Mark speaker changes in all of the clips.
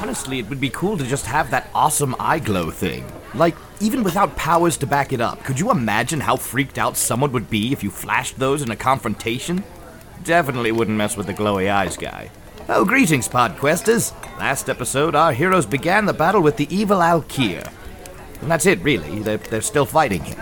Speaker 1: Honestly, it would be cool to just have that awesome eye glow thing. Like, even without powers to back it up, could you imagine how freaked out someone would be if you flashed those in a confrontation? Definitely wouldn't mess with the glowy eyes guy. Oh, greetings, Podquesters! Last episode, our heroes began the battle with the evil Alkir. And that's it, really. They're, they're still fighting him.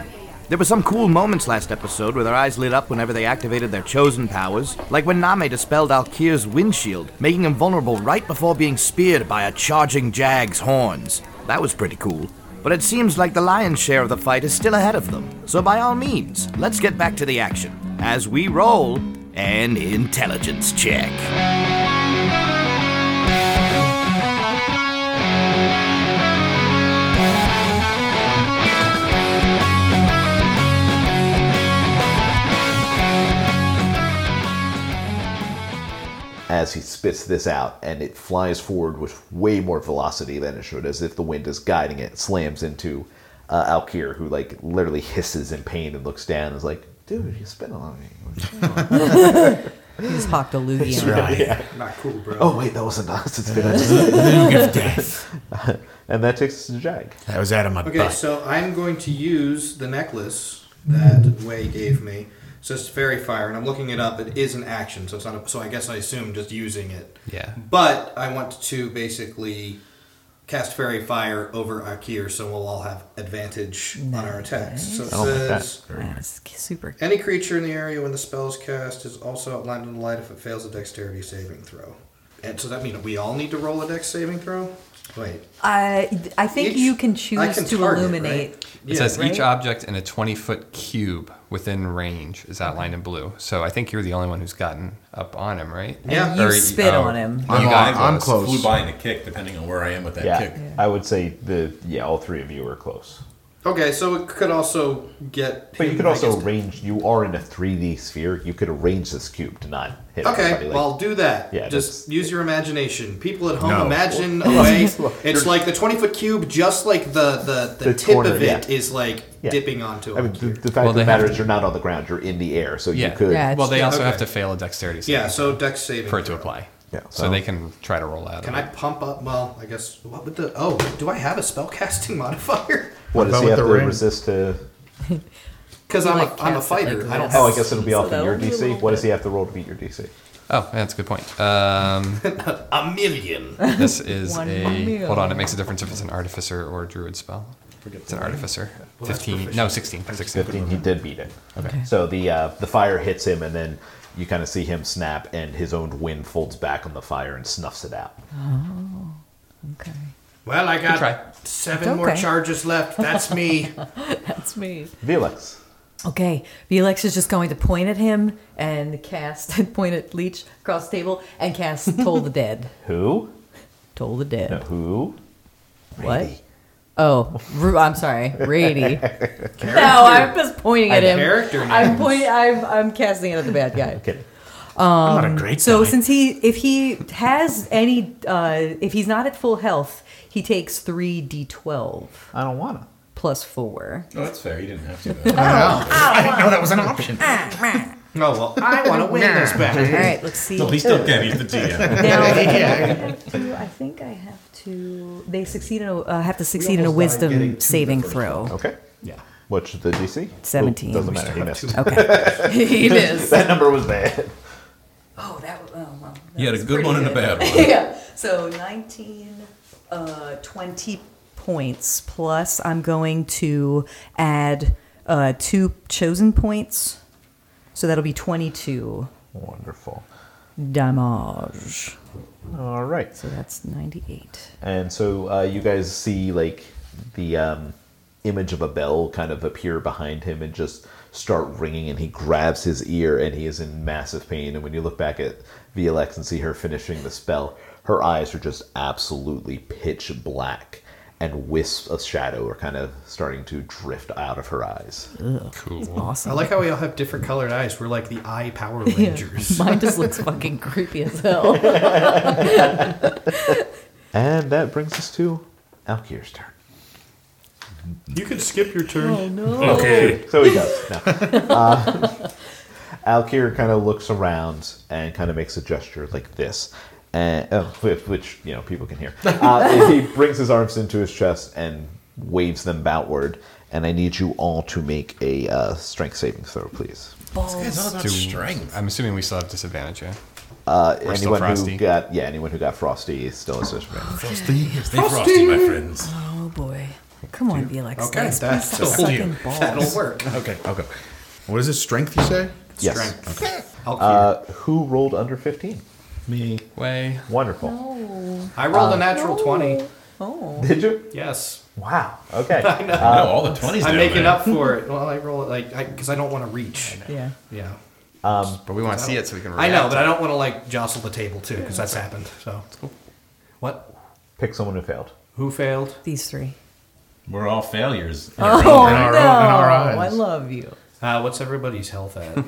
Speaker 1: There were some cool moments last episode where their eyes lit up whenever they activated their chosen powers, like when Name dispelled Alkir's windshield, making him vulnerable right before being speared by a charging jag's horns. That was pretty cool. But it seems like the lion's share of the fight is still ahead of them. So by all means, let's get back to the action as we roll an intelligence check.
Speaker 2: as he spits this out, and it flies forward with way more velocity than it should, as if the wind is guiding it. Slams into uh, Alkir, who like literally hisses in pain and looks down and is like, "Dude, you spit on me." What's going on?"
Speaker 3: He's popped a loogie. on
Speaker 4: Right. Not cool, bro.
Speaker 2: oh wait, that wasn't us. It's been us. and that takes us to Jag.
Speaker 4: That was out of my
Speaker 5: Okay,
Speaker 4: butt.
Speaker 5: so I'm going to use the necklace that Way gave me. So it's fairy fire, and I'm looking it up. It is an action, so it's not. A, so I guess I assume just using it.
Speaker 4: Yeah.
Speaker 5: But I want to basically cast fairy fire over Akir, so we'll all have advantage on our attacks. So it
Speaker 2: I don't like that.
Speaker 5: says.
Speaker 3: That's super.
Speaker 5: Any creature in the area when the spell is cast is also outlined in the light if it fails a dexterity saving throw. And so that means we all need to roll a dex saving throw? Wait.
Speaker 3: I I think
Speaker 5: Each-
Speaker 3: you can
Speaker 5: I
Speaker 3: choose
Speaker 5: can
Speaker 3: to
Speaker 5: target,
Speaker 3: illuminate.
Speaker 5: right?
Speaker 6: It says
Speaker 3: right?
Speaker 6: each object in a 20 foot cube within range is outlined in blue. So I think you're the only one who's gotten up on him, right? oh,
Speaker 5: Yeah.
Speaker 3: You spit on him.
Speaker 7: I'm,
Speaker 6: you
Speaker 7: on-
Speaker 6: guys
Speaker 7: I'm
Speaker 6: was.
Speaker 7: close. Flew by in a kick, depending on where I am with that
Speaker 2: Yeah,
Speaker 7: kick.
Speaker 2: I would say the yeah, all three of you are close.
Speaker 5: Okay, so it could also get.
Speaker 2: But you
Speaker 5: him,
Speaker 2: could
Speaker 5: I
Speaker 2: also
Speaker 5: guess-
Speaker 2: arrange. You are in a 3D sphere. You could arrange this cube to not hit.
Speaker 5: Okay,
Speaker 2: everybody, like-
Speaker 5: well, I'll do that.
Speaker 2: Yeah,
Speaker 5: just
Speaker 2: that's-
Speaker 5: use your imagination. People at home,
Speaker 4: No.
Speaker 5: imagine a way. It's like the 20 foot cube, just like the, the, the,
Speaker 2: The
Speaker 5: tip
Speaker 2: corner,
Speaker 5: of it is
Speaker 2: yeah.
Speaker 5: like
Speaker 2: Yeah.
Speaker 5: dipping onto
Speaker 2: I mean,
Speaker 5: Akir.
Speaker 2: the, the fact
Speaker 6: Well,
Speaker 2: of the
Speaker 6: they
Speaker 2: matter
Speaker 6: have-
Speaker 2: is you're not on the ground. You're in the air, so
Speaker 6: Yeah.
Speaker 2: you could.
Speaker 3: Yeah,
Speaker 6: Well, they
Speaker 3: Yeah,
Speaker 6: also
Speaker 5: okay.
Speaker 6: have to fail a dexterity save
Speaker 5: yeah, so dex saving.
Speaker 6: for it to apply.
Speaker 2: Yeah,
Speaker 6: So,
Speaker 2: so-
Speaker 6: they can try to roll out.
Speaker 5: Can
Speaker 6: of
Speaker 5: I
Speaker 6: it.
Speaker 5: pump up? Well, I guess. What would the. Oh, do I have a spellcasting modifier?
Speaker 2: What does
Speaker 4: about
Speaker 2: he
Speaker 4: with
Speaker 2: have
Speaker 4: the
Speaker 2: to
Speaker 4: ring?
Speaker 2: resist to?
Speaker 5: Because
Speaker 3: You,
Speaker 5: I'm,
Speaker 3: like,
Speaker 5: a, I'm a
Speaker 3: cast it like
Speaker 5: fighter. I don't
Speaker 3: this.
Speaker 5: have.
Speaker 2: Oh, I guess it'll be
Speaker 3: So
Speaker 2: off in your
Speaker 3: that'll be a
Speaker 2: DC.
Speaker 3: little
Speaker 2: What does
Speaker 3: bit.
Speaker 2: he have to roll to beat your DC?
Speaker 6: Oh, yeah, that's a good point. Um,
Speaker 5: a million.
Speaker 6: this is
Speaker 3: One
Speaker 6: a.
Speaker 3: meal.
Speaker 6: Hold on, it makes a difference if it's an artificer or a druid spell. It's an artificer. 15. No, 16. 16.
Speaker 2: Fifteen. He did beat it. Okay. So the uh, the fire hits him, and then you kind of see him snap, and his own wind folds back on the fire and snuffs it out.
Speaker 3: Okay,
Speaker 5: Well, I
Speaker 6: try.
Speaker 5: got seven
Speaker 3: It's
Speaker 5: more
Speaker 3: okay.
Speaker 5: charges left. That's me.
Speaker 3: that's me.
Speaker 2: Velix.
Speaker 3: Okay, Felix is just going to point at him and cast and point at Leech across the table and cast Toll the Dead.
Speaker 2: Who?
Speaker 3: Toll the Dead.
Speaker 2: No, who?
Speaker 3: What?
Speaker 2: Brady.
Speaker 3: Oh, Ru- I'm sorry, Brady. no, I'm just pointing at him.
Speaker 5: Character
Speaker 3: I'm
Speaker 5: names.
Speaker 3: point. I'm I'm casting it at the bad guy.
Speaker 2: Okay.
Speaker 5: um,
Speaker 4: I'm not a great
Speaker 3: So
Speaker 4: guy.
Speaker 3: since he, if he has any, uh, if he's not at full health, he takes three d12
Speaker 2: I don't wanna.
Speaker 3: plus four.
Speaker 7: Oh, that's fair. You didn't have to. Though.
Speaker 4: I didn't know that was an option.
Speaker 5: No, well, I want to win this
Speaker 3: All
Speaker 5: battle.
Speaker 3: right, Ah, let's see.
Speaker 7: He still can. He's the DM.
Speaker 3: Now, I think I have to. They succeed in a, uh, have to succeed in a
Speaker 4: almost died getting
Speaker 3: wisdom
Speaker 4: to
Speaker 3: saving
Speaker 4: the first
Speaker 3: throw.
Speaker 2: Okay. Yeah. What's the DC?
Speaker 3: 17.
Speaker 2: Doesn't matter. He missed.
Speaker 3: Okay, he missed.
Speaker 2: That number was bad.
Speaker 3: Oh, that. was- Oh, well, that
Speaker 7: You had a
Speaker 3: was
Speaker 7: good one and a
Speaker 3: pretty
Speaker 7: bad one.
Speaker 3: good. yeah. So 19, uh, 20 points plus. I'm going to add uh, two chosen points, so that'll be 22
Speaker 2: Wonderful.
Speaker 3: damage.
Speaker 2: All right.
Speaker 3: So that's 98.
Speaker 2: And so uh, you guys see like the um, image of a bell kind of appear behind him and just start ringing, and he grabs his ear, and he is in massive pain. And when you look back at VLX and see her finishing the spell, her eyes are just absolutely pitch black, and wisps of shadow are kind of starting to drift out of her eyes.
Speaker 6: Cool.
Speaker 5: I like how we all have different colored eyes. We're like the eye Power Rangers.
Speaker 3: Mine just looks fucking creepy as hell.
Speaker 2: And that brings us to Alkir's turn.
Speaker 5: you can skip your turn.
Speaker 4: Okay.
Speaker 2: So he does. No. Uh, Alkir kind of looks around and kind of makes a gesture like this. and oh, which, which you know people can hear. Uh, he brings his arms into his chest and waves them outward. And I need you all to make a uh, strength saving throw, please.
Speaker 7: It's all about strength.
Speaker 6: I'm assuming we still have disadvantage, yeah?
Speaker 2: Uh,
Speaker 6: We're
Speaker 2: anyone
Speaker 6: still frosty.
Speaker 2: who got yeah, anyone who got frosty still has disadvantage.
Speaker 7: Frosty, Stay frosty, my friends.
Speaker 3: Oh boy. Come on, Felix.
Speaker 5: Okay,
Speaker 3: Let's
Speaker 5: that
Speaker 3: please stop
Speaker 7: told you.
Speaker 3: sucking balls.
Speaker 5: That'll work.
Speaker 7: Okay, I'll go. What is it? Strength, you say?
Speaker 2: Yes.
Speaker 5: Strength. I'll cure.
Speaker 2: Uh, who rolled under fifteen?
Speaker 7: Me.
Speaker 6: Way.
Speaker 2: Wonderful.
Speaker 5: I rolled a
Speaker 2: uh,
Speaker 5: natural 20.
Speaker 3: Oh.
Speaker 2: Did you?
Speaker 5: Yes.
Speaker 2: Wow. Okay.
Speaker 7: I know all the twenties.
Speaker 5: I'm making up for it. Well, I roll it like, because I, don't want to reach.
Speaker 3: Yeah.
Speaker 5: Yeah.
Speaker 6: But we want to see it so we can react.
Speaker 5: I know, but I don't want to like jostle the table too, because that's happened. So. What?
Speaker 2: Pick someone who failed.
Speaker 5: Who failed?
Speaker 3: These three.
Speaker 7: We're all failures.
Speaker 3: Oh
Speaker 7: in our
Speaker 3: no!
Speaker 7: own- in our eyes.
Speaker 3: I love you.
Speaker 5: Uh, what's everybody's health at?
Speaker 2: No,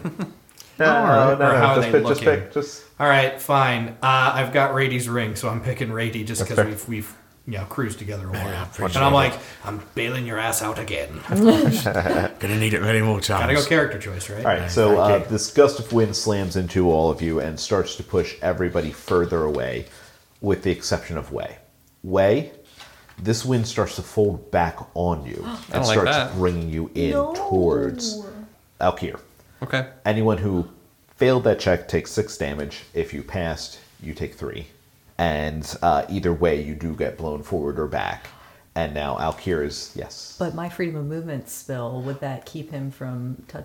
Speaker 2: no, no,
Speaker 5: or how are
Speaker 2: Just
Speaker 5: they
Speaker 2: pick. Just
Speaker 5: looking?
Speaker 2: pick. Just
Speaker 5: All right, fine. Uh, I've got Rady's ring, so I'm picking Rady just because
Speaker 2: fair.
Speaker 5: we've we've you know cruised together a while. and I'm like, I'm bailing your ass out again.
Speaker 8: Gonna need it many more times.
Speaker 5: Gotta go character choice, right?
Speaker 2: All right, so uh, this gust of wind slams into all of you and starts to push everybody further away, with the exception of Way. Way, this wind starts to fold back on you and
Speaker 6: don't like
Speaker 2: starts
Speaker 6: that.
Speaker 2: bringing you in towards Alkir.
Speaker 6: Okay.
Speaker 2: Anyone who failed that check takes six damage. If you passed, you take three. And uh, either way, you do get blown forward or back. And now Alkir is, yes.
Speaker 3: But my freedom of movement spell would that keep him from t-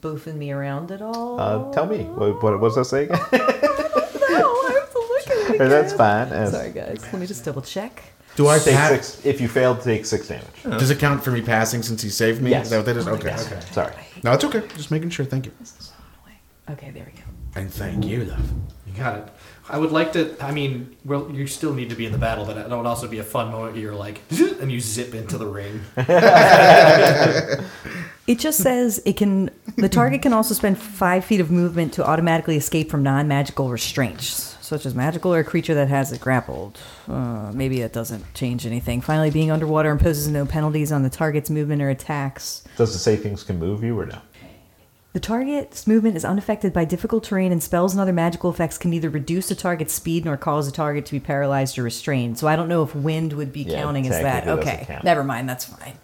Speaker 3: boofing me around at all?
Speaker 2: Uh, tell me, what, what was I saying?
Speaker 3: no, I have to look at it.
Speaker 2: That's
Speaker 3: again.
Speaker 2: fine. Uh,
Speaker 3: Sorry, guys. Let me just double check.
Speaker 8: Do I
Speaker 2: Take
Speaker 8: pa-
Speaker 2: six. If you fail, take six damage.
Speaker 8: Does it count for me passing since he saved me?
Speaker 2: Yes.
Speaker 8: Is that what that is? Okay. okay.
Speaker 2: Sorry.
Speaker 8: No, it's okay. Just making sure. Thank you.
Speaker 3: Okay, there we go.
Speaker 8: And thank you, love.
Speaker 5: You got it. I would like to. I mean, well, you still need to be in the battle, but that would also be a fun moment. Where you're like, and you zip into the ring.
Speaker 3: It just says it can. The target can also spend five feet of movement to automatically escape from non-magical restraints, such as magical or a creature that has it grappled. Uh, maybe that doesn't change anything. Finally, being underwater imposes no penalties on the target's movement or attacks.
Speaker 2: Does it say things can move you or no?
Speaker 3: The target's movement is unaffected by difficult terrain, and spells and other magical effects can neither reduce the target's speed nor cause the target to be paralyzed or restrained. So I don't know if wind would be
Speaker 2: Yeah,
Speaker 3: counting as that.
Speaker 2: technically doesn't
Speaker 3: Okay,
Speaker 2: count.
Speaker 3: never mind. That's fine.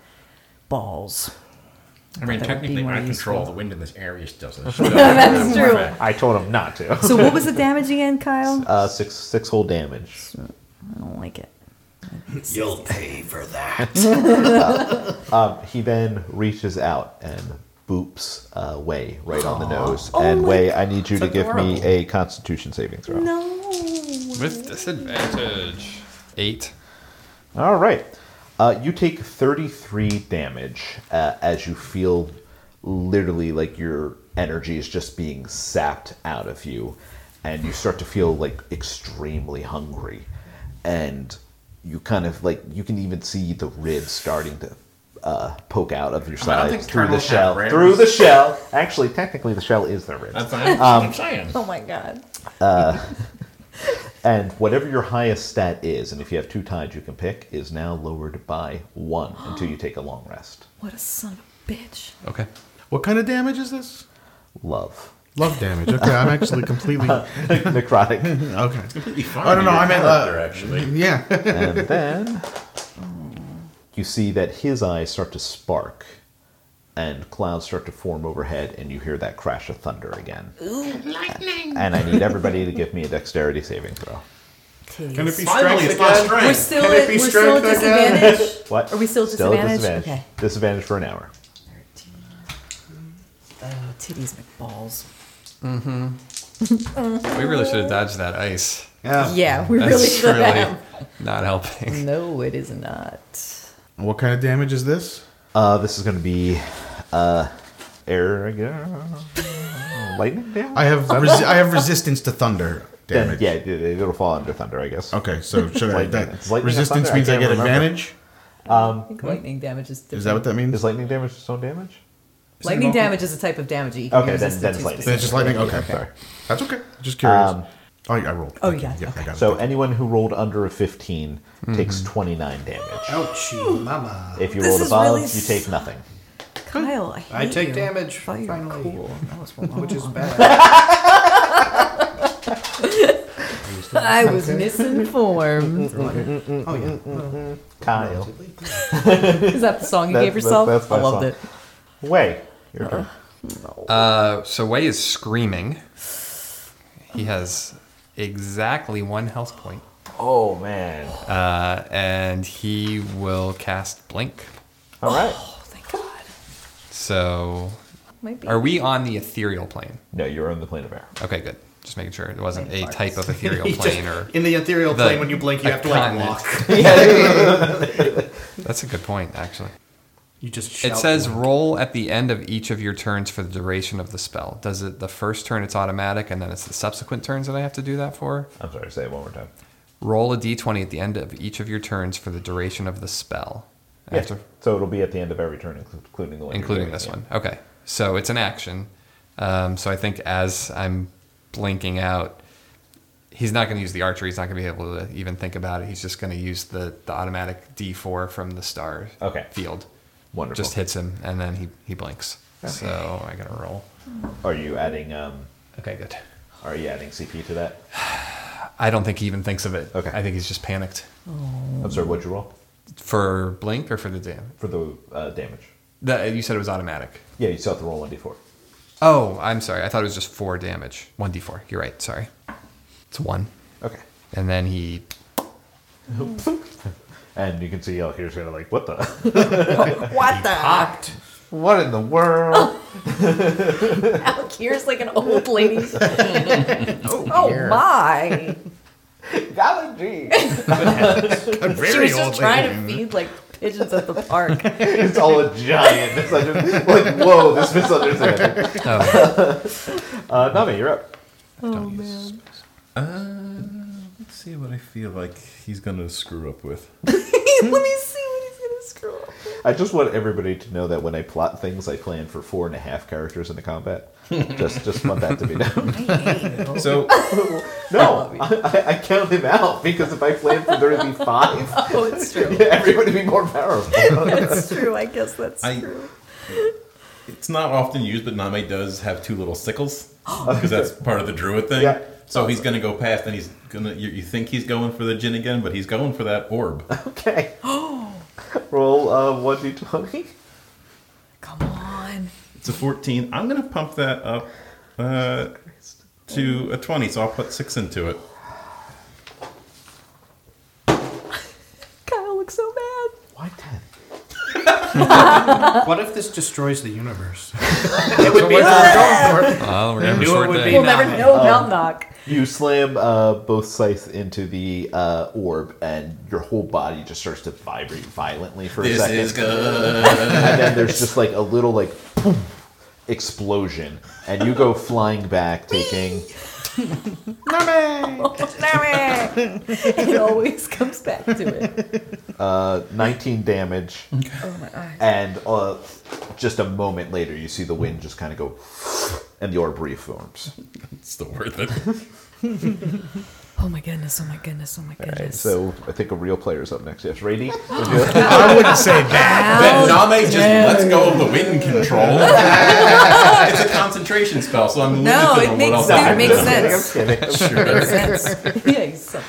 Speaker 3: Balls.
Speaker 7: I mean,
Speaker 3: That would be
Speaker 7: technically,
Speaker 3: more
Speaker 7: I
Speaker 3: useful.
Speaker 7: control the wind in this area. Still doesn't. That's
Speaker 3: true.
Speaker 2: I told him not to.
Speaker 3: So what was the damage again, Kyle?
Speaker 2: Uh, six six whole damage.
Speaker 3: I don't like it.
Speaker 5: You'll pay for that.
Speaker 2: Um, he then reaches out and boops uh, Way right on the nose. and Way, I need you to give me a Constitution saving throw.
Speaker 3: No.
Speaker 6: With disadvantage. Eight.
Speaker 2: All right. Uh, you take 33 damage uh, as you feel literally like your energy is just being sapped out of you. And you start to feel like extremely hungry. And you kind of like, you can even see the ribs starting to uh, poke out of your
Speaker 7: I don't
Speaker 2: side
Speaker 7: think
Speaker 2: through the
Speaker 7: turtles have
Speaker 2: shell.
Speaker 7: ribs.
Speaker 2: Through the shell. Actually, technically, the shell is their ribs.
Speaker 7: That's fine. I'm saying.
Speaker 3: Oh my god.
Speaker 2: And whatever your highest stat is, and if you have two tides you can pick, is now lowered by one until you take a long rest.
Speaker 3: What a son of a bitch.
Speaker 6: Okay.
Speaker 8: What kind of damage is this?
Speaker 2: Love.
Speaker 8: Love damage. Okay, I'm actually completely. Okay.
Speaker 2: Necrotic.
Speaker 7: I
Speaker 8: no, I meant, uh,
Speaker 7: there actually.
Speaker 8: Yeah.
Speaker 2: and then you see that his eyes start to spark and clouds start to form overhead and you hear that crash of thunder again. Ooh, lightning! And I need everybody to give me a dexterity saving throw.
Speaker 5: Can it be
Speaker 7: Finally,
Speaker 5: strength
Speaker 7: it's not
Speaker 5: again?
Speaker 7: strength.
Speaker 3: still
Speaker 5: Can it be strength again?
Speaker 3: disadvantage.
Speaker 2: What?
Speaker 3: Are we still at
Speaker 2: Still at
Speaker 3: disadvantage?
Speaker 2: disadvantage. Disadvantage for an hour.
Speaker 3: Oh, titties McBalls.
Speaker 6: We really should have dodged that ice.
Speaker 3: Yeah, we
Speaker 6: That's
Speaker 3: really should
Speaker 6: really
Speaker 3: have.
Speaker 6: not helping.
Speaker 3: No, it is not.
Speaker 8: what kind of damage is this?
Speaker 2: Uh, this is going to be uh, air again. Lightning damage?
Speaker 8: I have resi- I have resistance to thunder
Speaker 2: Then,
Speaker 8: damage.
Speaker 2: yeah, it, it- it'll fall under thunder, I guess.
Speaker 8: Okay, so should I?
Speaker 2: Lightning.
Speaker 8: That,
Speaker 2: It's lightning or
Speaker 8: resistance
Speaker 2: thunder? I
Speaker 8: means I,
Speaker 2: can't
Speaker 8: get
Speaker 2: remember.
Speaker 8: advantage.
Speaker 3: I think lightning damage is different.
Speaker 8: Is that what that
Speaker 2: Is
Speaker 8: means?
Speaker 2: lightning damage stone damage?
Speaker 3: lightning damage is a type of damage that you can
Speaker 2: Okay, then,
Speaker 3: resist
Speaker 2: then it's
Speaker 3: to
Speaker 8: Then
Speaker 2: lightning.
Speaker 8: it's just lightning. Okay,
Speaker 2: Sorry.
Speaker 8: that's okay. Just curious.
Speaker 2: Um,
Speaker 8: oh, I rolled.
Speaker 3: Oh,
Speaker 8: Thank
Speaker 3: yeah,
Speaker 8: I got it.
Speaker 2: So anyone who rolled under a 15 takes 29 damage.
Speaker 5: Ouchie, mama.
Speaker 2: If you
Speaker 3: Oh, This
Speaker 2: rolled
Speaker 3: is
Speaker 2: above,
Speaker 3: really
Speaker 2: you take nothing.
Speaker 3: Kyle, I, hate
Speaker 5: I take
Speaker 3: you.
Speaker 5: damage,
Speaker 3: I thought you were
Speaker 5: finally.
Speaker 3: cool. That was wrong.
Speaker 5: Which is bad.
Speaker 3: I was misinformed.
Speaker 5: Oh yeah. Well,
Speaker 2: Kyle.
Speaker 3: Is that the song you
Speaker 2: That's-
Speaker 3: gave yourself?
Speaker 2: that's- that's my
Speaker 3: I loved
Speaker 2: song.
Speaker 3: it.
Speaker 2: Way. Your turn.
Speaker 3: Uh-huh.
Speaker 6: Uh, so Wei is screaming. He has exactly one health point,
Speaker 2: Oh, man.
Speaker 6: uh, and he will cast Blink.
Speaker 2: All right.
Speaker 3: Oh, thank God.
Speaker 6: So,
Speaker 3: Might be.
Speaker 6: are we on the ethereal plane?
Speaker 2: No, you're on the plane of air.
Speaker 6: Okay, good. Just making sure it wasn't a type of ethereal plane or
Speaker 5: in the ethereal
Speaker 6: The-
Speaker 5: plane, when you blink, you
Speaker 6: a
Speaker 5: have to like
Speaker 6: continent.
Speaker 5: walk.
Speaker 6: That's a good point, actually.
Speaker 5: You just shout
Speaker 6: It says roll at the end of each of your turns for the duration of the spell. Does it the first turn it's automatic and then it's the subsequent turns that I have to do that for?
Speaker 2: I'm sorry, say it one more time.
Speaker 6: Roll a d20 at the end of each of your turns for the duration of the spell. I
Speaker 2: Yeah.
Speaker 6: have to-
Speaker 2: So it'll be at the end of every turn, inclu- including the one. you're
Speaker 6: including
Speaker 2: doing,
Speaker 6: this
Speaker 2: yeah.
Speaker 6: one. Okay. So it's an action. Um, so I think as I'm blinking out, he's not going to use the archer. He's not going to be able to even think about it. He's just going to use the, the automatic d4 from the star
Speaker 2: Okay.
Speaker 6: field.
Speaker 2: Wonderful.
Speaker 6: Just hits him and then he, he blinks. So I got to roll.
Speaker 2: Are you adding? Um,
Speaker 6: Okay, good.
Speaker 2: are you adding CP to that?
Speaker 6: I don't think he even thinks of it.
Speaker 2: Okay.
Speaker 6: I think he's just panicked.
Speaker 2: I'm sorry. What'd you roll
Speaker 6: For blink or for the damage?
Speaker 2: for the uh, damage?
Speaker 6: The, you said it was automatic.
Speaker 2: Yeah, you still have to roll one d4.
Speaker 6: Oh, I'm sorry. I thought it was just four damage. 1d4. You're right. Sorry. It's one.
Speaker 2: Okay.
Speaker 6: And then he
Speaker 2: And you can see El here's gonna like, what the?
Speaker 3: What
Speaker 2: Ah.
Speaker 3: the?
Speaker 2: what in the world?
Speaker 3: Al Kier's like an old lady. oh my!
Speaker 2: Golly gee.
Speaker 3: she was just trying to feed like pigeons at the park.
Speaker 2: It's all a giant misunderstanding. Like, whoa, this misunderstanding.
Speaker 6: Oh,
Speaker 2: Uh, Nami, you're up.
Speaker 6: don't use.
Speaker 7: Let's see what I feel like he's gonna screw up with.
Speaker 3: Let me see what he's gonna screw up.
Speaker 2: I just want everybody to know that when I plot things, I plan for four and a half characters in the combat. just, just want that to be known.
Speaker 7: So
Speaker 2: No, I, I, I count him out because if I plan for there to be five,
Speaker 3: Oh, it's true.
Speaker 2: everybody would be more powerful.
Speaker 3: That's Oh, true. I guess that's
Speaker 7: I-
Speaker 3: true.
Speaker 7: it's not often used, but Name does have two little sickles because that's part of the druid thing.
Speaker 2: Yeah.
Speaker 7: So he's gonna go past, and he's gonna. You, you think he's going for the gin again, but he's going for that orb.
Speaker 2: Okay. Roll uh, 1d20.
Speaker 3: Come on.
Speaker 7: It's a 14. I'm going to pump that up uh, to a 20, so I'll put 6 into it.
Speaker 3: Kyle looks so bad.
Speaker 2: Why 10?
Speaker 5: What if this destroys the universe?
Speaker 6: Oh, we're gonna
Speaker 5: knew it
Speaker 6: short
Speaker 5: would
Speaker 6: day.
Speaker 5: be
Speaker 3: We'll
Speaker 5: Nah.
Speaker 3: never know
Speaker 2: Oh.
Speaker 3: about knock.
Speaker 2: You slam uh, both scythes into the uh, orb, and your whole body just starts to vibrate violently for a
Speaker 7: This
Speaker 2: second.
Speaker 7: is good.
Speaker 2: and then there's just like a little like boom, explosion, and you go flying back, taking.
Speaker 3: Oh, it always comes back to it.
Speaker 2: 19 damage.
Speaker 3: Oh,
Speaker 2: And uh, just a moment later, you see the wind just kind of go, and the orb reforms.
Speaker 7: It's still worth it.
Speaker 3: Oh my goodness! Oh my goodness! Oh my goodness!
Speaker 2: So I think a real player is up next. Yes, Rady.
Speaker 8: I wouldn't say
Speaker 3: Oh,
Speaker 8: that.
Speaker 7: Then Name just lets go of the wind control. it's a concentration spell, so I'm
Speaker 3: no,
Speaker 7: limited
Speaker 3: it
Speaker 7: on
Speaker 3: makes
Speaker 7: what else
Speaker 3: dude,
Speaker 7: I
Speaker 3: it
Speaker 7: can
Speaker 3: makes
Speaker 7: do.
Speaker 3: sense. Makes sense. Yeah, he's so,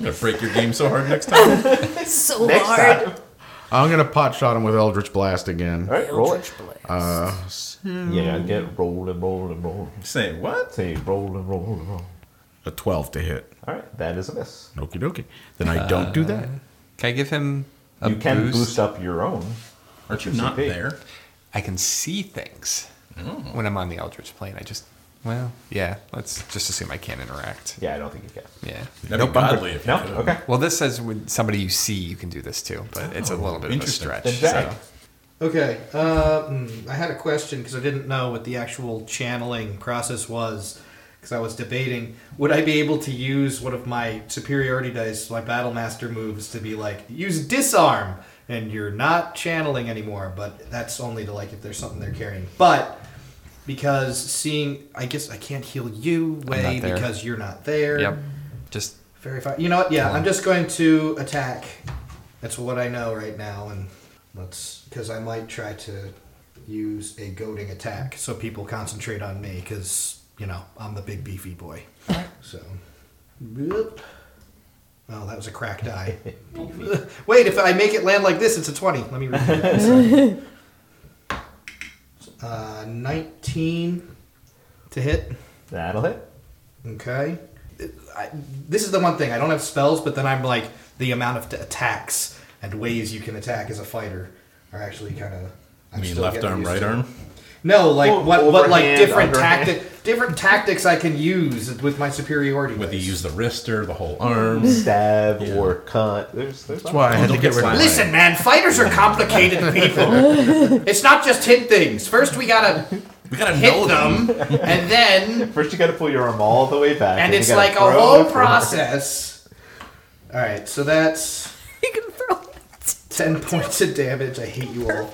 Speaker 7: Gonna break your game so hard next time.
Speaker 3: so
Speaker 2: Next
Speaker 3: hard.
Speaker 2: time.
Speaker 8: I'm gonna pot shot him with Eldritch Blast again.
Speaker 2: All right, roll it.
Speaker 8: Uh,
Speaker 2: Yeah, get roll and roll and roll.
Speaker 7: Say what?
Speaker 2: Say roll and roll and roll.
Speaker 8: a 12 to hit.
Speaker 2: All right, that is a miss.
Speaker 8: Okie dokie. Then I don't do that.
Speaker 6: Can I give him Uh, a
Speaker 2: you can boost.
Speaker 6: boost?
Speaker 2: up your own.
Speaker 7: Aren't you not
Speaker 2: CP.
Speaker 7: there?
Speaker 6: I can see things when I'm on the Eldritch plane. I just, well, yeah. Let's just assume I can't interact.
Speaker 2: Yeah, I don't think you can.
Speaker 6: Yeah.
Speaker 7: That'd be godly if you
Speaker 2: No.
Speaker 7: could.
Speaker 2: Okay.
Speaker 6: Well, this says with somebody you see, you can do this too, but it's a little bit of a
Speaker 7: interesting.
Speaker 6: stretch.
Speaker 2: Then Jack.
Speaker 6: So.
Speaker 5: Okay, uh, mm, I had a question because I didn't know what the actual channeling process was because I was debating would I be able to use one of my superiority dice, my battle master moves, to be like use disarm and you're not channeling anymore, but that's only to like if there's something they're carrying. But because seeing, I guess I can't heal you way
Speaker 6: not there.
Speaker 5: because you're not there.
Speaker 6: Yep. Just
Speaker 5: Very fine. You know what? Yeah, I'm just going to attack. That's what I know right now, and let's because I might try to use a goading attack so people concentrate on me because you know I'm the big beefy boy. So Boop. Oh, that was a cracked die. Wait, if I make it land like this, it's a 20. Let me read this. uh, 19 to hit.
Speaker 2: That'll hit.
Speaker 5: Okay. I, this is the one thing. I don't have spells, but then I'm like, the amount of t- attacks and ways you can attack as a fighter are actually kind of.
Speaker 8: I mean, left arm, right arm.
Speaker 5: No, like
Speaker 2: Well,
Speaker 5: what? What like
Speaker 2: overhand,
Speaker 5: different
Speaker 2: underhand.
Speaker 5: tactic, different tactics I can use with my superiority.
Speaker 8: Whether you
Speaker 5: dice.
Speaker 8: use the wrist or the whole arm.
Speaker 2: Stab or cut. There's, there's
Speaker 8: That's why I had to get rid of it.
Speaker 5: Listen, man, fighters are complicated people. it's not just hit things. First, we gotta
Speaker 8: We gotta know
Speaker 5: hit
Speaker 8: them.
Speaker 5: them, and then,
Speaker 2: First, you got to pull your arm all the way back,
Speaker 5: and
Speaker 2: you
Speaker 5: it's
Speaker 2: gotta
Speaker 5: like a
Speaker 2: throw
Speaker 5: whole
Speaker 2: it.
Speaker 5: process. All right, so that's
Speaker 3: You can throw it.
Speaker 5: ten points of damage. I hate you all.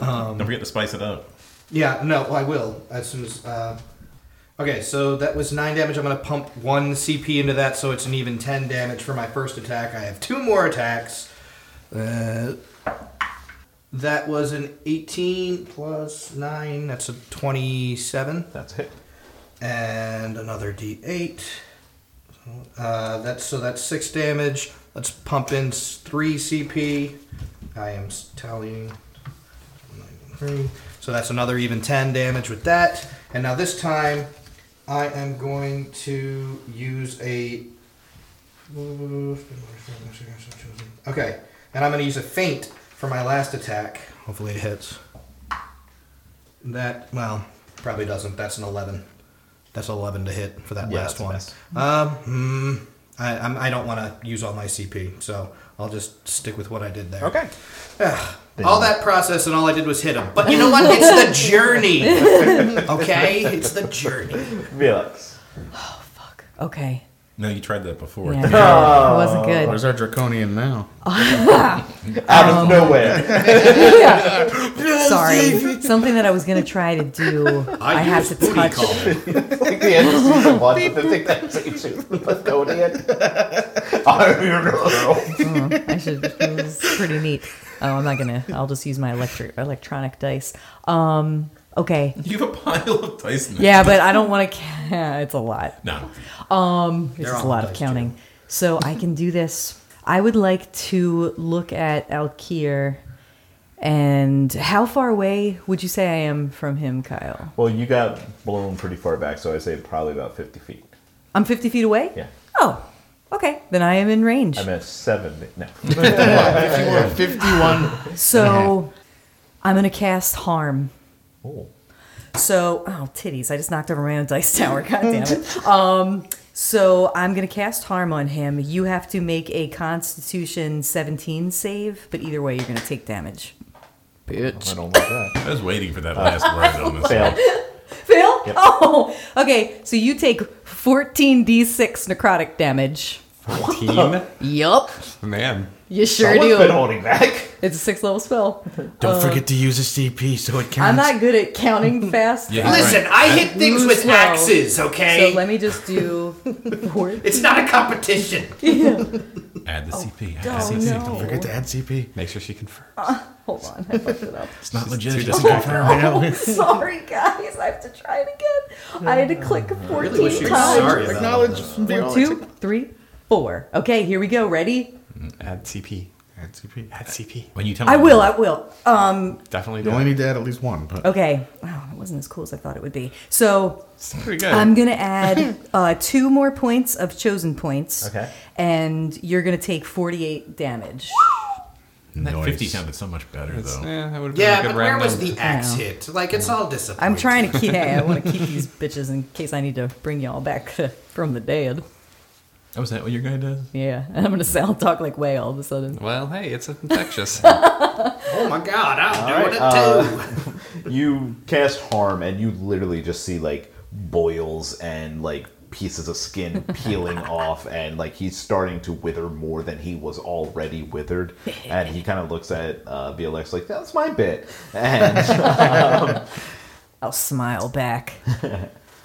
Speaker 7: Don't forget to spice it up.
Speaker 5: Yeah, no, I will as soon as. Uh, okay, so that was nine damage. I'm gonna pump one CP into that, so it's an even ten damage for my first attack. I have two more attacks. Uh, that was an 18 plus 9. That's a 27.
Speaker 2: That's it.
Speaker 5: And another D8. Uh, that's so that's six damage. Let's pump in s- three CP. I am s- tallying. Three. So that's another even ten damage with that. And now this time, I am going to use a. Okay, and I'm going to use a feint for my last attack. Hopefully it hits. That well, probably doesn't. That's an eleven. That's eleven to hit for that
Speaker 2: Yeah,
Speaker 5: last
Speaker 2: that's a
Speaker 5: one.
Speaker 2: miss.
Speaker 5: Um, hmm, I I'm, I don't E want to use all my CP, so I'll just stick with what I did there.
Speaker 2: Okay.
Speaker 5: All that process and all I did was hit him. But you know what? It's the journey. Okay, it's the journey.
Speaker 2: Felix.
Speaker 3: Okay.
Speaker 7: No, you tried that before.
Speaker 3: Yeah. It wasn't good.
Speaker 8: Where's our draconian now?
Speaker 2: Out
Speaker 5: Um.
Speaker 2: of nowhere.
Speaker 3: Sorry. Something that I was gonna try to do. I, have to touch.
Speaker 2: like the end of season one. I think that's season two. But go to it. I'm your girl.
Speaker 3: I should. It was pretty neat. Oh, I'm not gonna. I'll just use my electric electronic dice. Um. Okay.
Speaker 7: You have a pile of dice. Now.
Speaker 3: Yeah, but I don't want to. Ca- it's a lot. Um,
Speaker 7: No.
Speaker 3: It's just a lot of counting. So I can do this. I would like to look at Alkir. And how far away would you say I am from him, Kyle?
Speaker 2: Well, you got blown pretty far back, so I say probably about 50 feet.
Speaker 3: I'm 50 feet away?
Speaker 2: Yeah.
Speaker 3: Oh, okay. Then I am in range.
Speaker 2: I'm at seven. No.
Speaker 3: so I'm going to cast harm.
Speaker 2: Oh.
Speaker 3: So, oh, titties. I just knocked over my own dice tower. God damn it. Um, so I'm going to cast harm on him. You have to make a constitution 17 save, but either way, you're going to take damage.
Speaker 2: I don't like that.
Speaker 7: I was waiting for that
Speaker 3: Uh,
Speaker 7: last word on this.
Speaker 2: Failed.
Speaker 3: Phil?
Speaker 2: Yep.
Speaker 3: Oh, okay. So you take 14d6 necrotic damage.
Speaker 6: Team,
Speaker 3: Yup.
Speaker 6: man.
Speaker 3: You sure
Speaker 2: Someone's been
Speaker 3: do.
Speaker 2: holding back.
Speaker 3: It's a six level spell.
Speaker 8: Don't forget to use a CP so it counts.
Speaker 3: I'm not good at counting fast.
Speaker 7: Yeah, he's
Speaker 5: Listen,
Speaker 7: right.
Speaker 5: I hit things with
Speaker 3: Slow.
Speaker 5: axes, okay?
Speaker 3: So let me just do four.
Speaker 5: it's not a competition.
Speaker 7: Add the CP. Add
Speaker 3: Oh,
Speaker 7: the CP.
Speaker 3: no.
Speaker 8: Forget to add CP.
Speaker 6: Make sure she confirms.
Speaker 3: Hold on. I fucked it up.
Speaker 8: It's not legit. It
Speaker 7: too
Speaker 8: doesn't
Speaker 7: difficult.
Speaker 8: confirm. I know.
Speaker 3: Sorry, guys. I have to try it again. I had to click 14
Speaker 5: wish you were
Speaker 3: times.
Speaker 5: sorry about
Speaker 8: Acknowledge.
Speaker 3: One, two, three, four. Okay, here we go. Ready?
Speaker 6: Add CP.
Speaker 8: Add CP.
Speaker 6: Add CP.
Speaker 7: When you tell me
Speaker 3: I will. I will. Um,
Speaker 6: Definitely do.
Speaker 8: You only
Speaker 6: it.
Speaker 8: need to add at least one. But
Speaker 3: Okay. Wow, it wasn't as cool as I thought it would be. So
Speaker 6: It's pretty good.
Speaker 3: I'm gonna add uh, two more points of chosen points.
Speaker 2: Okay.
Speaker 3: And you're gonna take 48 damage.
Speaker 7: that
Speaker 8: Noise.
Speaker 7: 50 sounded so much better
Speaker 6: It's-
Speaker 7: though.
Speaker 6: yeah, that would have been a
Speaker 5: Yeah,
Speaker 6: good
Speaker 5: but where
Speaker 6: round
Speaker 5: was
Speaker 6: number.
Speaker 5: the axe
Speaker 3: I know.
Speaker 5: hit? Like, it's all disappointing.
Speaker 3: I'm trying to keep. Hey, I want to keep these bitches in case I need to bring y'all back from the dead.
Speaker 7: Oh, is that what your guy does?
Speaker 3: Yeah. And I'm gonna sound talk like way all of a sudden.
Speaker 6: Well, hey, it's infectious.
Speaker 5: Oh my god, I'm doing it too.
Speaker 2: You cast harm, and you literally just see like boils and like pieces of skin peeling off, and like he's starting to wither more than he was already withered. And he kind of looks at uh, VLX like, "That's my bit," and
Speaker 3: I'll smile back.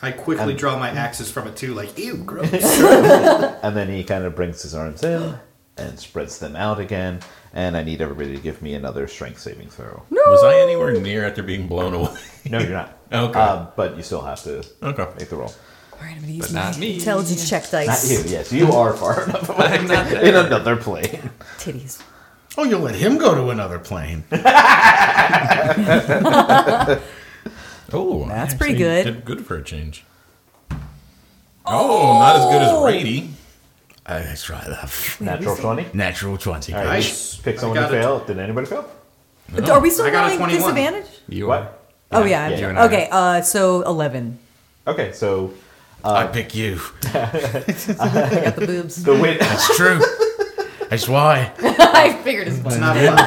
Speaker 5: I quickly draw my axes from it too, like, ew, gross.
Speaker 2: and then he kind of brings his arms in and spreads them out again. And I need everybody to give me another strength saving throw.
Speaker 7: Was I anywhere near after being blown away?
Speaker 2: No, you're not.
Speaker 7: Okay.
Speaker 2: Um, but you still have to
Speaker 7: Okay.
Speaker 2: make the roll.
Speaker 6: All right, I'm gonna use but not me.
Speaker 3: Intelligence check
Speaker 2: Not
Speaker 3: dice.
Speaker 2: you, yes. You are far enough away in another plane.
Speaker 3: Titties.
Speaker 8: Oh, you'll let him go to another plane. oh, I
Speaker 3: That's pretty
Speaker 8: actually
Speaker 3: good.
Speaker 8: Did good for a change. Oh, not as good as Brady. I I try that.
Speaker 2: Natural 20.
Speaker 8: Natural twenty.
Speaker 2: All right,
Speaker 8: guys.
Speaker 5: Nice.
Speaker 2: Pick
Speaker 5: I
Speaker 2: someone to
Speaker 5: got it.
Speaker 2: fail. Did anybody fail?
Speaker 3: Are we still
Speaker 5: I got a
Speaker 3: going
Speaker 5: 21.
Speaker 3: disadvantage?
Speaker 6: You are.
Speaker 2: What?
Speaker 3: Oh yeah. I'm-
Speaker 2: you
Speaker 6: and I.
Speaker 3: okay. Uh, so eleven.
Speaker 2: Okay, so
Speaker 8: I pick you.
Speaker 3: I got the boobs.
Speaker 2: the wind.
Speaker 8: That's true. That's why
Speaker 3: I figured as much.
Speaker 5: It's not fun.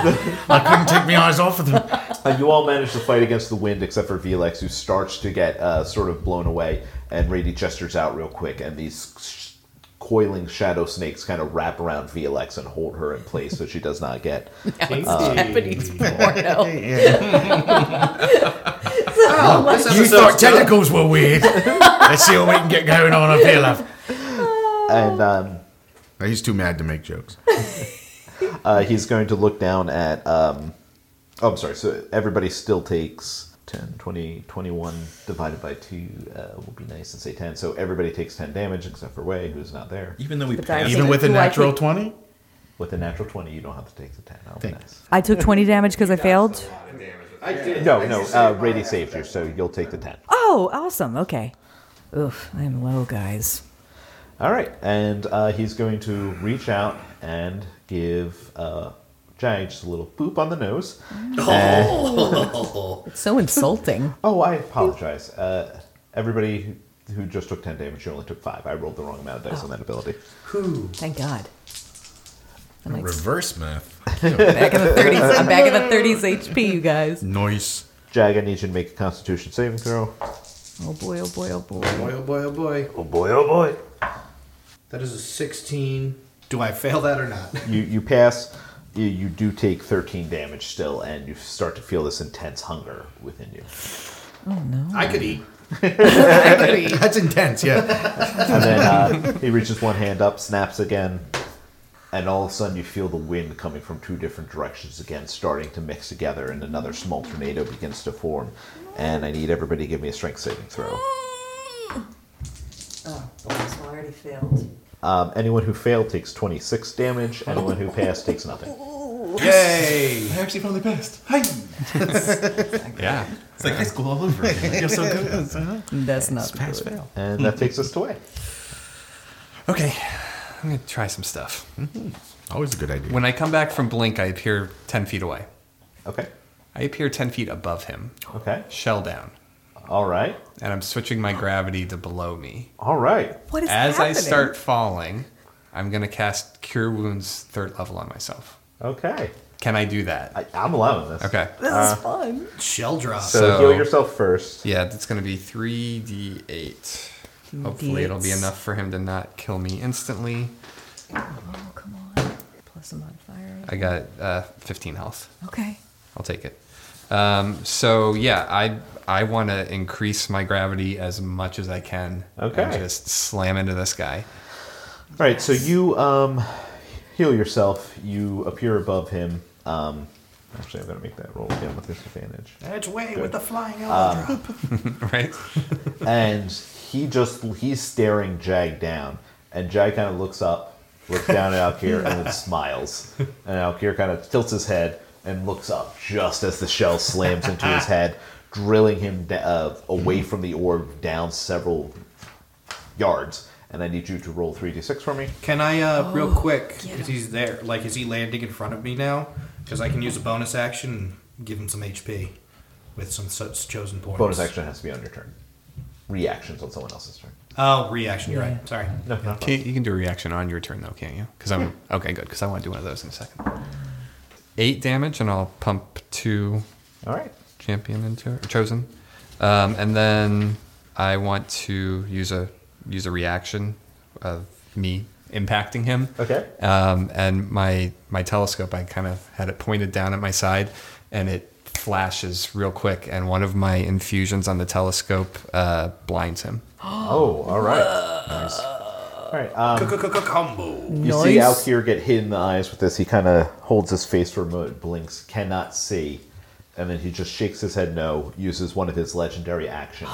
Speaker 8: I couldn't take my eyes off of them.
Speaker 2: Uh, you all manage to fight against the wind, except for Velex, who starts to get uh, sort of blown away. And Rady gestures out real quick, and these sh- coiling shadow snakes kind of wrap around Velex and hold her in place, so she does not get.
Speaker 3: Japanese porno.
Speaker 8: Yeah.
Speaker 5: Wow, this
Speaker 8: You
Speaker 5: episode's
Speaker 8: thought tentacles were weird. Let's see what we can get going on up here, love.
Speaker 2: And um,
Speaker 8: No, he's too mad to make jokes.
Speaker 2: uh, he's going to look down at. Um, oh, I'm sorry. So everybody still takes 10, 20, 21 divided by 2 uh, will be nice and say 10. So everybody takes 10 damage, except for Way, who's not there.
Speaker 7: Even though we
Speaker 3: But that's-
Speaker 7: passed,
Speaker 8: Even with a
Speaker 3: Do I
Speaker 8: natural
Speaker 3: take-
Speaker 8: twenty.
Speaker 2: With a natural 20, you don't have to take the 10. I'll be
Speaker 8: Thanks.
Speaker 2: nice.
Speaker 3: I took twenty damage because I failed.
Speaker 5: I did.
Speaker 2: No, no. Uh, Rady saved you, so you'll take the 10.
Speaker 3: Oh, awesome. Okay. Oof, I'm low, guys.
Speaker 2: All right, and uh, he's going to reach out and give uh, Jai just a little boop on the nose. Oh,
Speaker 3: It's so insulting.
Speaker 2: oh I apologize. Uh, everybody who- who just took 10 damage, you only took 5. I rolled the wrong amount of dice on that ability.
Speaker 3: Thank God. I'm like
Speaker 8: Reverse math.
Speaker 3: back in the 30s. I'm back in the 30s HP, you guys.
Speaker 8: Noise.
Speaker 2: Jag, I need you to make a constitution saving throw.
Speaker 3: Oh boy, oh boy, oh boy.
Speaker 5: Boy, oh boy, oh boy.
Speaker 2: Oh boy, oh boy.
Speaker 5: That is a 16. Do I fail that or not?
Speaker 2: You, you pass, you, you do take 13 damage still, and you start to feel this intense hunger within you.
Speaker 5: I could eat.
Speaker 8: That's intense. Yeah.
Speaker 2: And then uh, he reaches one hand up, snaps again, and all of a sudden you feel the wind coming from two different directions again, starting to mix together, and another small tornado begins to form. And I need everybody to give me a strength saving throw.
Speaker 3: Oh, so I already failed.
Speaker 2: Um, anyone who failed takes 26 damage, anyone who passed takes nothing.
Speaker 5: Yay!
Speaker 7: I actually finally passed. Hi.
Speaker 6: Yeah.
Speaker 7: It's like high school all over again. You're so good.
Speaker 3: That's not good.
Speaker 2: And that takes us to way.
Speaker 6: Okay. I'm gonna try some stuff.
Speaker 8: Always a good idea.
Speaker 6: When I come back from blink, I appear ten feet away.
Speaker 2: Okay.
Speaker 6: I appear ten feet above him,
Speaker 2: Okay.
Speaker 6: shell down,
Speaker 2: All right.
Speaker 6: and I'm switching my gravity to below me.
Speaker 2: All right.
Speaker 3: What is
Speaker 6: As
Speaker 3: happening?
Speaker 6: I start falling, I'm gonna cast Cure Wounds third level on myself.
Speaker 2: Okay.
Speaker 6: Can I do that?
Speaker 2: I, I'm allowing this.
Speaker 6: okay.
Speaker 3: This is fun.
Speaker 5: Shell drop.
Speaker 2: So,
Speaker 6: So-
Speaker 2: heal yourself first.
Speaker 6: Yeah, that's gonna be three d eight. Hopefully, it'll be
Speaker 3: D8s.
Speaker 6: enough for him to not kill me instantly.
Speaker 3: Oh, come on. Plus a modifier.
Speaker 6: I got uh, 15 health.
Speaker 3: Okay.
Speaker 6: I'll take it. Um, so yeah, I I want to increase my gravity as much as I can. and
Speaker 2: Okay.
Speaker 6: just slam into this guy.
Speaker 2: All right, so you um, heal yourself. You appear above him. Um, actually, I'm going to make that roll again with disadvantage.
Speaker 5: That's way with the flying elbow drop.
Speaker 6: Right.
Speaker 2: And he just, he's staring Jag down. And Jag kind of looks up, looks down at Alkir, and then smiles. And Alkir kind of tilts his head and looks up just as the shell slams into his head, drilling him da- uh, away from the orb down several yards. And I need you to roll 3d6 for me.
Speaker 5: Can I,
Speaker 3: Oh,
Speaker 5: uh, real quick, because he's there, like, is he landing in front of me now? Because I can use a bonus action and give him some HP with some such chosen points.
Speaker 2: Bonus action has to be on your turn. Reactions on someone else's turn.
Speaker 5: Oh, reaction, you're right. Sorry.
Speaker 2: No, not
Speaker 6: Can, you can do a reaction on your turn though, can't you? Because I'm okay. Good. Because I want to do one of those in a second. Eight damage, and I'll pump two
Speaker 2: All right.
Speaker 6: champion into it, or chosen, um, and then I want to use a use a reaction of me impacting him.
Speaker 2: Okay.
Speaker 6: Um, and my my telescope, I kind of had it pointed down at my side, and it flashes real quick. And one of my infusions on the telescope uh, blinds him.
Speaker 2: Oh, all right. All right. Um,
Speaker 5: Combo.
Speaker 2: you see out here get hit in the eyes with this. He kind of holds his face for a moment, blinks, cannot see, and then he just shakes his head no, uses one of his legendary actions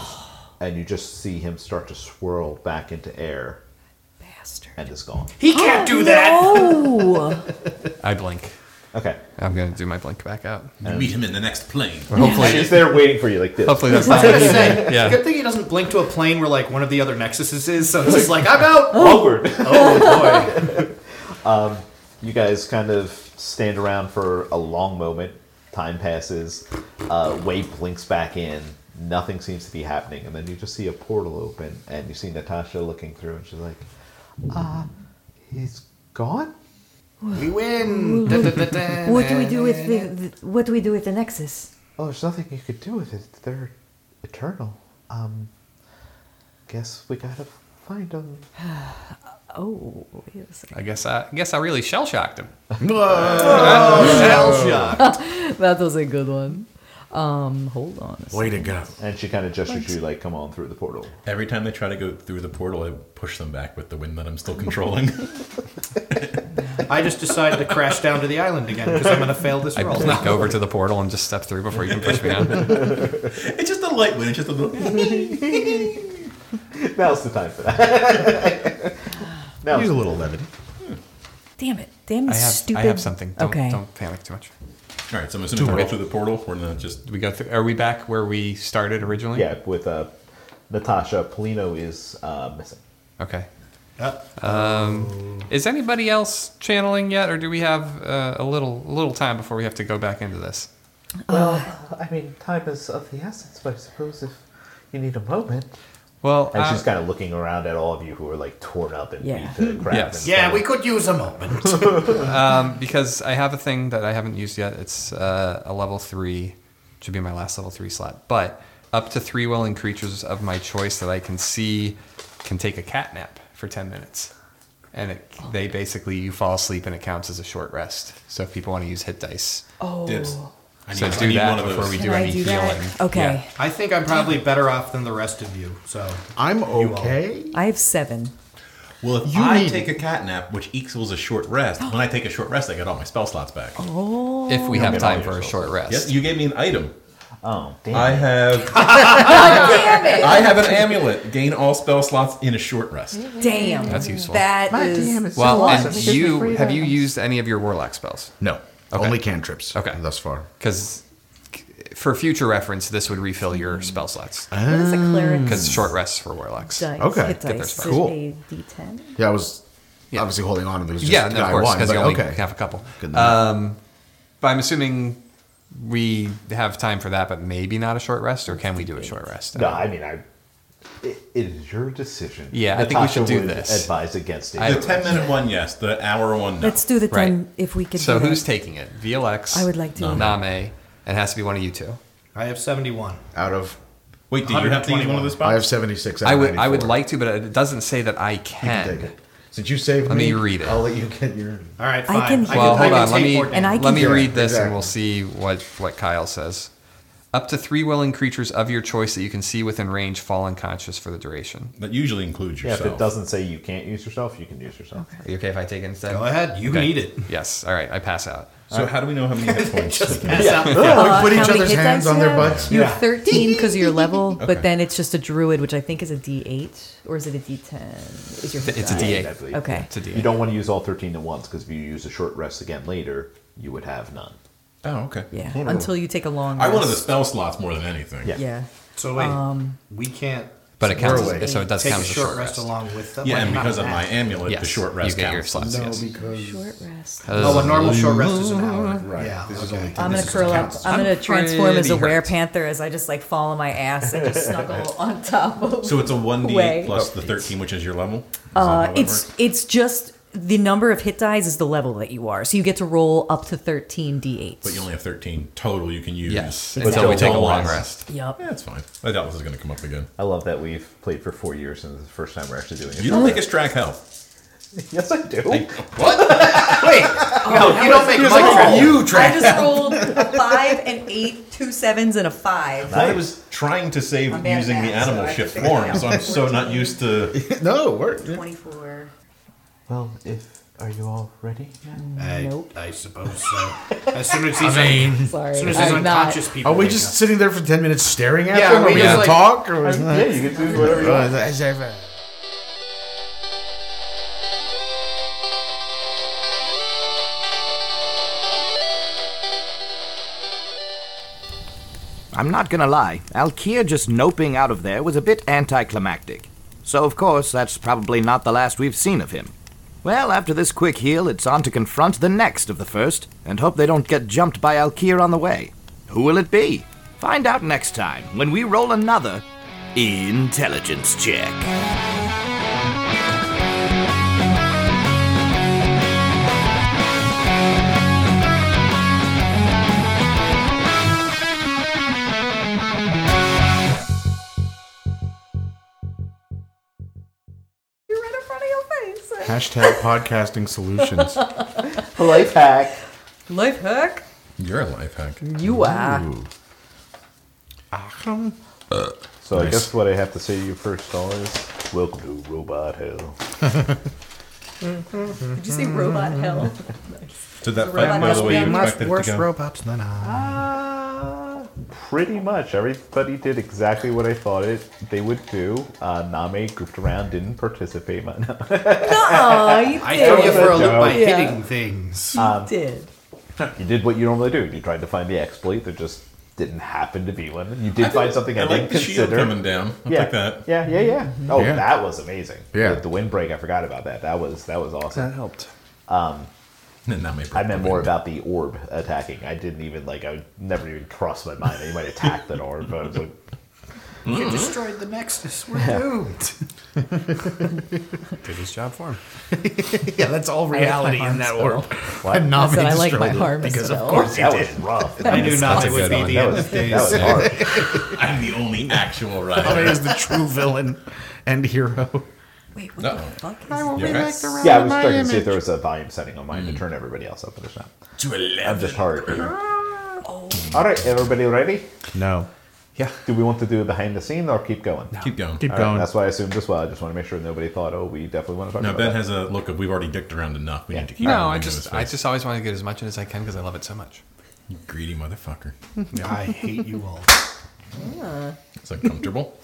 Speaker 2: and you just see him start to swirl back into air
Speaker 9: Bastard.
Speaker 2: and is gone.
Speaker 5: He can't do that.
Speaker 9: Oh,
Speaker 6: I blink.
Speaker 2: Okay.
Speaker 6: I'm gonna do my blink back out.
Speaker 7: meet him in the next plane.
Speaker 2: Hopefully. He's there waiting for you like this.
Speaker 6: Hopefully that's not.
Speaker 5: It's a
Speaker 6: yeah.
Speaker 5: Good thing he doesn't blink to a plane where like one of the other nexuses is. So it's just like I'm out.
Speaker 2: Forward.
Speaker 5: Oh boy.
Speaker 2: Um, You guys kind of stand around for a long moment. Time passes. Uh, Wade blinks back in. Nothing seems to be happening. And then you just see a portal open, and you see Natasha looking through, and she's like, uh, he's gone?
Speaker 5: We win. Da, da, da, da.
Speaker 3: What do we do with the, the what do we do with the Nexus?
Speaker 2: Oh, there's nothing you could do with it. They're eternal. Um, guess we gotta find them.
Speaker 3: Oh, wait a second.
Speaker 6: I guess I, I guess I really shell shocked him.
Speaker 3: that was a good one. Um, hold on. a
Speaker 8: Way to go.
Speaker 2: And she kind of gestures you, like, come on through the portal.
Speaker 7: Every time they try to go through the portal, I push them back with the wind that I'm still controlling.
Speaker 5: I just decided to crash down to the island again because I'm gonna fail this
Speaker 6: I
Speaker 5: roll.
Speaker 6: blink over to the portal and just step through before you can push me out.
Speaker 7: it's just a light wind. It's just a little.
Speaker 2: Now's the time for that. Now's
Speaker 8: Use a little levity.
Speaker 3: second. Damn it. Damn
Speaker 6: I
Speaker 3: this
Speaker 6: have
Speaker 3: stupid.
Speaker 6: I have something. Don't,
Speaker 3: okay.
Speaker 6: Don't panic too much.
Speaker 7: All right, so I'm assuming we
Speaker 6: it.
Speaker 7: roll through the portal. We're not just
Speaker 6: Do we go through? Are we back where we started originally?
Speaker 2: Yeah, with uh, Natasha, Polino is uh, missing.
Speaker 6: Okay. Um, is anybody else channeling yet, or do we have uh, a little a little time before we have to go back into this?
Speaker 2: Uh, I mean, time is of the essence, but I suppose if you need a moment.
Speaker 6: Well,
Speaker 2: And
Speaker 6: I-
Speaker 2: she's kind of looking around at all of you who are like torn up and
Speaker 3: Yeah.
Speaker 2: beat to crap.
Speaker 6: Yes.
Speaker 2: and
Speaker 5: Yeah,
Speaker 2: stuff.
Speaker 5: we could use a moment.
Speaker 6: because I have a thing that I haven't used yet. It's uh, a level three, should be my last level three slot. But up to three willing creatures of my choice that I can see can take a cat nap for ten minutes, and it, they basically you fall asleep and it counts as a short rest. So if people want to use hit dice,
Speaker 3: Oh.
Speaker 8: Oh.
Speaker 7: dips. I
Speaker 6: so
Speaker 7: I
Speaker 6: do that
Speaker 7: one of
Speaker 6: before
Speaker 7: those.
Speaker 6: we do
Speaker 3: Can I
Speaker 6: any
Speaker 3: do that?
Speaker 6: healing.
Speaker 3: Okay.
Speaker 6: Yeah.
Speaker 5: I think I'm probably better off than the rest of you. So
Speaker 8: I'm okay.
Speaker 3: I have seven.
Speaker 7: Well, if
Speaker 8: You
Speaker 7: I
Speaker 8: need- Oh.
Speaker 7: take a cat nap, which equals a short rest, when I take a short rest, I get all my spell slots back.
Speaker 6: If we have
Speaker 2: get all
Speaker 6: time for a
Speaker 2: yourself.
Speaker 6: short rest.
Speaker 7: Yes, you gave me an item.
Speaker 2: Oh, damn.
Speaker 7: I have.
Speaker 3: Ah,
Speaker 7: I have an amulet. Gain all spell slots in a short rest.
Speaker 3: Damn.
Speaker 6: That's useful.
Speaker 3: That is-
Speaker 6: well, and you have you used any of your warlock spells?
Speaker 8: No. Only cantrips.
Speaker 6: Okay.
Speaker 8: Thus far.
Speaker 6: Because for future reference, this would refill your spell slots
Speaker 3: What is a cleric's
Speaker 6: because short rests for warlocks.
Speaker 3: dice?
Speaker 8: Okay.
Speaker 3: Hit
Speaker 8: Get
Speaker 6: their
Speaker 3: dice.
Speaker 6: spells.
Speaker 3: Is it
Speaker 8: Cool.
Speaker 3: a D10?
Speaker 8: Yeah, I was obviously holding on to those. Just
Speaker 6: yeah, no,
Speaker 8: that I
Speaker 6: of course,
Speaker 8: won,
Speaker 6: because you
Speaker 8: but
Speaker 6: only
Speaker 8: okay.
Speaker 6: have a couple.
Speaker 8: Good
Speaker 6: Uh,
Speaker 8: enough.
Speaker 6: but I'm assuming we have time for that, but maybe not a short rest, or can we do a short rest?
Speaker 2: no, I mean, I. It, it is your decision.
Speaker 6: Yeah, I think we should do
Speaker 2: would
Speaker 6: this.
Speaker 2: Advise against it.
Speaker 6: I-
Speaker 7: The ten minute one, yes. The hour one, no.
Speaker 3: Let's do the
Speaker 6: Right.
Speaker 3: 10 if we could
Speaker 6: so
Speaker 3: do
Speaker 6: who's
Speaker 3: that.
Speaker 6: taking it? VLX.
Speaker 3: I would like to.
Speaker 6: Name. It has to be one of you two.
Speaker 5: I have 71.
Speaker 8: out of
Speaker 7: Wait, do you have to use one
Speaker 5: 121.
Speaker 7: of the spots?
Speaker 8: I have seventy six.
Speaker 6: I would. I would like to, but it doesn't say that I can.
Speaker 8: Take it. Since you saved
Speaker 6: Let
Speaker 8: me,
Speaker 6: me read it.
Speaker 8: I'll let you get your.
Speaker 5: All right,
Speaker 3: I
Speaker 5: fine.
Speaker 3: can-
Speaker 5: I
Speaker 6: Well,
Speaker 5: I
Speaker 6: hold on. Let
Speaker 5: take
Speaker 6: me
Speaker 5: more damage.
Speaker 3: And I
Speaker 6: let me
Speaker 3: can-
Speaker 6: read this,
Speaker 8: exactly.
Speaker 6: and we'll see what what Kyle says. Up to three willing creatures of your choice that you can see within range fall unconscious for the duration.
Speaker 7: That usually includes
Speaker 2: yeah,
Speaker 7: yourself.
Speaker 2: if it doesn't say you can't use yourself, you can use yourself.
Speaker 6: Are you okay if I take it instead?
Speaker 5: Go ahead. You
Speaker 6: Okay.
Speaker 5: need it.
Speaker 6: Yes. All right. I pass out.
Speaker 7: So how do we know how many hit points? Oh,
Speaker 3: Uh,
Speaker 8: put
Speaker 3: how
Speaker 8: each
Speaker 3: many
Speaker 8: other's
Speaker 3: hit
Speaker 8: hands
Speaker 3: dice
Speaker 8: on
Speaker 3: you
Speaker 8: their
Speaker 3: have?
Speaker 8: butts.
Speaker 3: You have 13 because of your level,
Speaker 7: Okay.
Speaker 3: but then it's just a druid, which I think is a D8, or is it a D10? Is your hit
Speaker 6: It's a
Speaker 3: die?
Speaker 6: D8.
Speaker 2: I believe.
Speaker 3: Okay.
Speaker 6: It's a D8.
Speaker 2: You don't want to use all 13 at once because if you use a short rest again later, you would have none.
Speaker 7: oh, okay.
Speaker 3: Yeah. Until you take a long
Speaker 7: I wanted the
Speaker 3: rest.
Speaker 7: spell slots more than anything.
Speaker 2: Yeah.
Speaker 3: Yeah. Um,
Speaker 5: So wait, we can't
Speaker 6: But it counts.
Speaker 8: away.
Speaker 6: As, so it does
Speaker 5: take a
Speaker 6: count as
Speaker 5: short rest, along with them.
Speaker 7: Yeah,
Speaker 5: Like,
Speaker 7: and
Speaker 5: not
Speaker 7: because of
Speaker 5: an
Speaker 7: my
Speaker 5: hour.
Speaker 7: amulet,
Speaker 6: Yes.
Speaker 7: the short rest
Speaker 6: you get your
Speaker 7: counts.
Speaker 6: slots. yes.
Speaker 3: Short rest.
Speaker 5: Oh, a normal short rest is an hour.
Speaker 8: Right.
Speaker 5: Yeah.
Speaker 8: This is
Speaker 5: okay.
Speaker 8: only
Speaker 3: I'm gonna
Speaker 8: This is
Speaker 3: curl up.
Speaker 8: counts.
Speaker 3: I'm, gonna
Speaker 6: I'm
Speaker 3: transform as a
Speaker 6: pretty
Speaker 3: were
Speaker 6: hurt.
Speaker 3: panther as I just like fall on my ass and just snuggle on top of.
Speaker 7: So it's a one d
Speaker 3: Way.
Speaker 7: plus
Speaker 6: Oh,
Speaker 7: the thirteen, which is your level. Is that how
Speaker 3: Uh,
Speaker 7: that
Speaker 3: it's
Speaker 7: works?
Speaker 3: it's just the number of hit dies is the level that you are, so you get to roll up to 13 d8s.
Speaker 7: but you only have thirteen total. You can use.
Speaker 6: Yes.
Speaker 7: Yeah,
Speaker 6: Until we take a long
Speaker 2: Rest.
Speaker 6: rest.
Speaker 3: Yep.
Speaker 7: that's fine. I doubt this is going to come up again.
Speaker 2: I love that we've played for four years and this is the first time we're actually doing it.
Speaker 7: You don't think it's track health?
Speaker 2: Yes, I do.
Speaker 5: No, you don't make money.
Speaker 8: you
Speaker 3: I just rolled a five, an eight, two sevens, and a five.
Speaker 7: I was trying to save
Speaker 3: I'm bad at
Speaker 7: using the
Speaker 3: math, so I
Speaker 7: animal
Speaker 3: have to
Speaker 7: shift
Speaker 3: figure it
Speaker 7: form,
Speaker 3: out.
Speaker 7: so I'm so not used to.
Speaker 8: no, it worked.
Speaker 3: 24.
Speaker 2: Well, if Are you all ready?
Speaker 10: I,
Speaker 3: Nope.
Speaker 10: I suppose so. As soon as he's,
Speaker 8: I mean,
Speaker 10: un-
Speaker 3: Sorry.
Speaker 10: as soon as he's
Speaker 3: I'm not-
Speaker 10: unconscious, people.
Speaker 8: Are we
Speaker 10: wake
Speaker 8: just
Speaker 10: up.
Speaker 8: sitting there for 10 minutes staring at
Speaker 10: Yeah,
Speaker 8: them?
Speaker 10: we
Speaker 8: Are we
Speaker 10: just,
Speaker 8: going to
Speaker 10: like-
Speaker 8: talk? Or was
Speaker 2: Yeah, you can do whatever you want.
Speaker 5: I'm not gonna lie, Alkir just noping out of there was a bit anticlimactic. So, of course, that's probably not the last we've seen of him. Well, after this quick heal, it's on to confront the next of the first, and hope they don't get jumped by Alkir on the way. Who will it be? Find out next time when we roll another intelligence check.
Speaker 3: You're right in front of your face.
Speaker 8: Hashtag podcasting solutions.
Speaker 2: Life hack.
Speaker 3: Life hack.
Speaker 7: You're a life hack.
Speaker 3: You are.
Speaker 2: So I guess what I have to say to you first, all is welcome to Robot Hell.
Speaker 3: Did you say robot hell?
Speaker 11: Did that fight go the
Speaker 3: must be
Speaker 11: way you
Speaker 8: Much
Speaker 11: expected it
Speaker 8: worse
Speaker 11: to go?
Speaker 8: robots than I.
Speaker 2: Uh, pretty much everybody did exactly what I thought it they would do. Uh, Name grouped around, didn't participate. no.
Speaker 3: Oh, you
Speaker 10: I throw you
Speaker 3: did.
Speaker 10: for a loop by
Speaker 3: Yeah.
Speaker 10: hitting things.
Speaker 8: Um,
Speaker 3: you did.
Speaker 2: You did what you normally do. You tried to find the exploit. There just didn't happen to be one. You did find something I,
Speaker 7: I like
Speaker 2: didn't
Speaker 7: the shield
Speaker 2: consider.
Speaker 7: coming down. I
Speaker 2: yeah.
Speaker 7: like that.
Speaker 2: yeah, yeah, yeah. Oh,
Speaker 8: Mm-hmm. Yeah.
Speaker 2: that was amazing.
Speaker 8: Yeah.
Speaker 2: the, the windbreak. I forgot about that. That was that was awesome.
Speaker 7: helped. Um, and that may
Speaker 2: I meant more about the orb attacking. I didn't even like. I would never even cross my mind that you might attack that orb. But I was like,
Speaker 10: You destroyed the Nexus. We're doomed.
Speaker 7: Did his job for him.
Speaker 8: Yeah, that's all reality in that world.
Speaker 2: What?
Speaker 8: And
Speaker 3: I said I like
Speaker 8: Nami
Speaker 3: my
Speaker 8: destroyed it
Speaker 3: harm
Speaker 8: Because
Speaker 3: spell.
Speaker 8: of course you
Speaker 2: that was
Speaker 8: did.
Speaker 2: rough.
Speaker 10: I knew Nazi
Speaker 7: a
Speaker 10: would
Speaker 7: good
Speaker 10: be
Speaker 7: one.
Speaker 10: the
Speaker 2: That
Speaker 10: end
Speaker 2: was
Speaker 10: of
Speaker 2: that
Speaker 10: days.
Speaker 2: was hard.
Speaker 7: I'm the only actual
Speaker 8: Nami
Speaker 7: rider.
Speaker 8: is the true villain and hero.
Speaker 3: Wait, what the
Speaker 7: Uh-oh.
Speaker 3: fuck is
Speaker 7: You all right?
Speaker 2: Yeah, I was checking to see if there was a volume setting on mine
Speaker 8: Mm.
Speaker 2: to turn everybody else up, but there's not.
Speaker 7: To
Speaker 2: I'm
Speaker 7: 11.
Speaker 2: just hard.
Speaker 3: Oh,
Speaker 2: All right, everybody ready?
Speaker 8: No.
Speaker 7: Yeah.
Speaker 2: Do we want to do a behind the scene or keep going? No.
Speaker 7: Keep going.
Speaker 8: Keep going.
Speaker 2: That's why I assumed as well. I just want to make sure nobody thought, oh, we definitely want to talk
Speaker 7: No,
Speaker 2: about
Speaker 7: Ben
Speaker 2: that.
Speaker 7: has a look of we've already dicked around enough. We need to keep
Speaker 6: No, I
Speaker 7: moving
Speaker 6: just
Speaker 7: in this
Speaker 6: I
Speaker 7: place."
Speaker 6: just always want to get as much in as I can because I love it so much.
Speaker 7: greedy motherfucker.
Speaker 10: I hate you all.
Speaker 7: It's uncomfortable.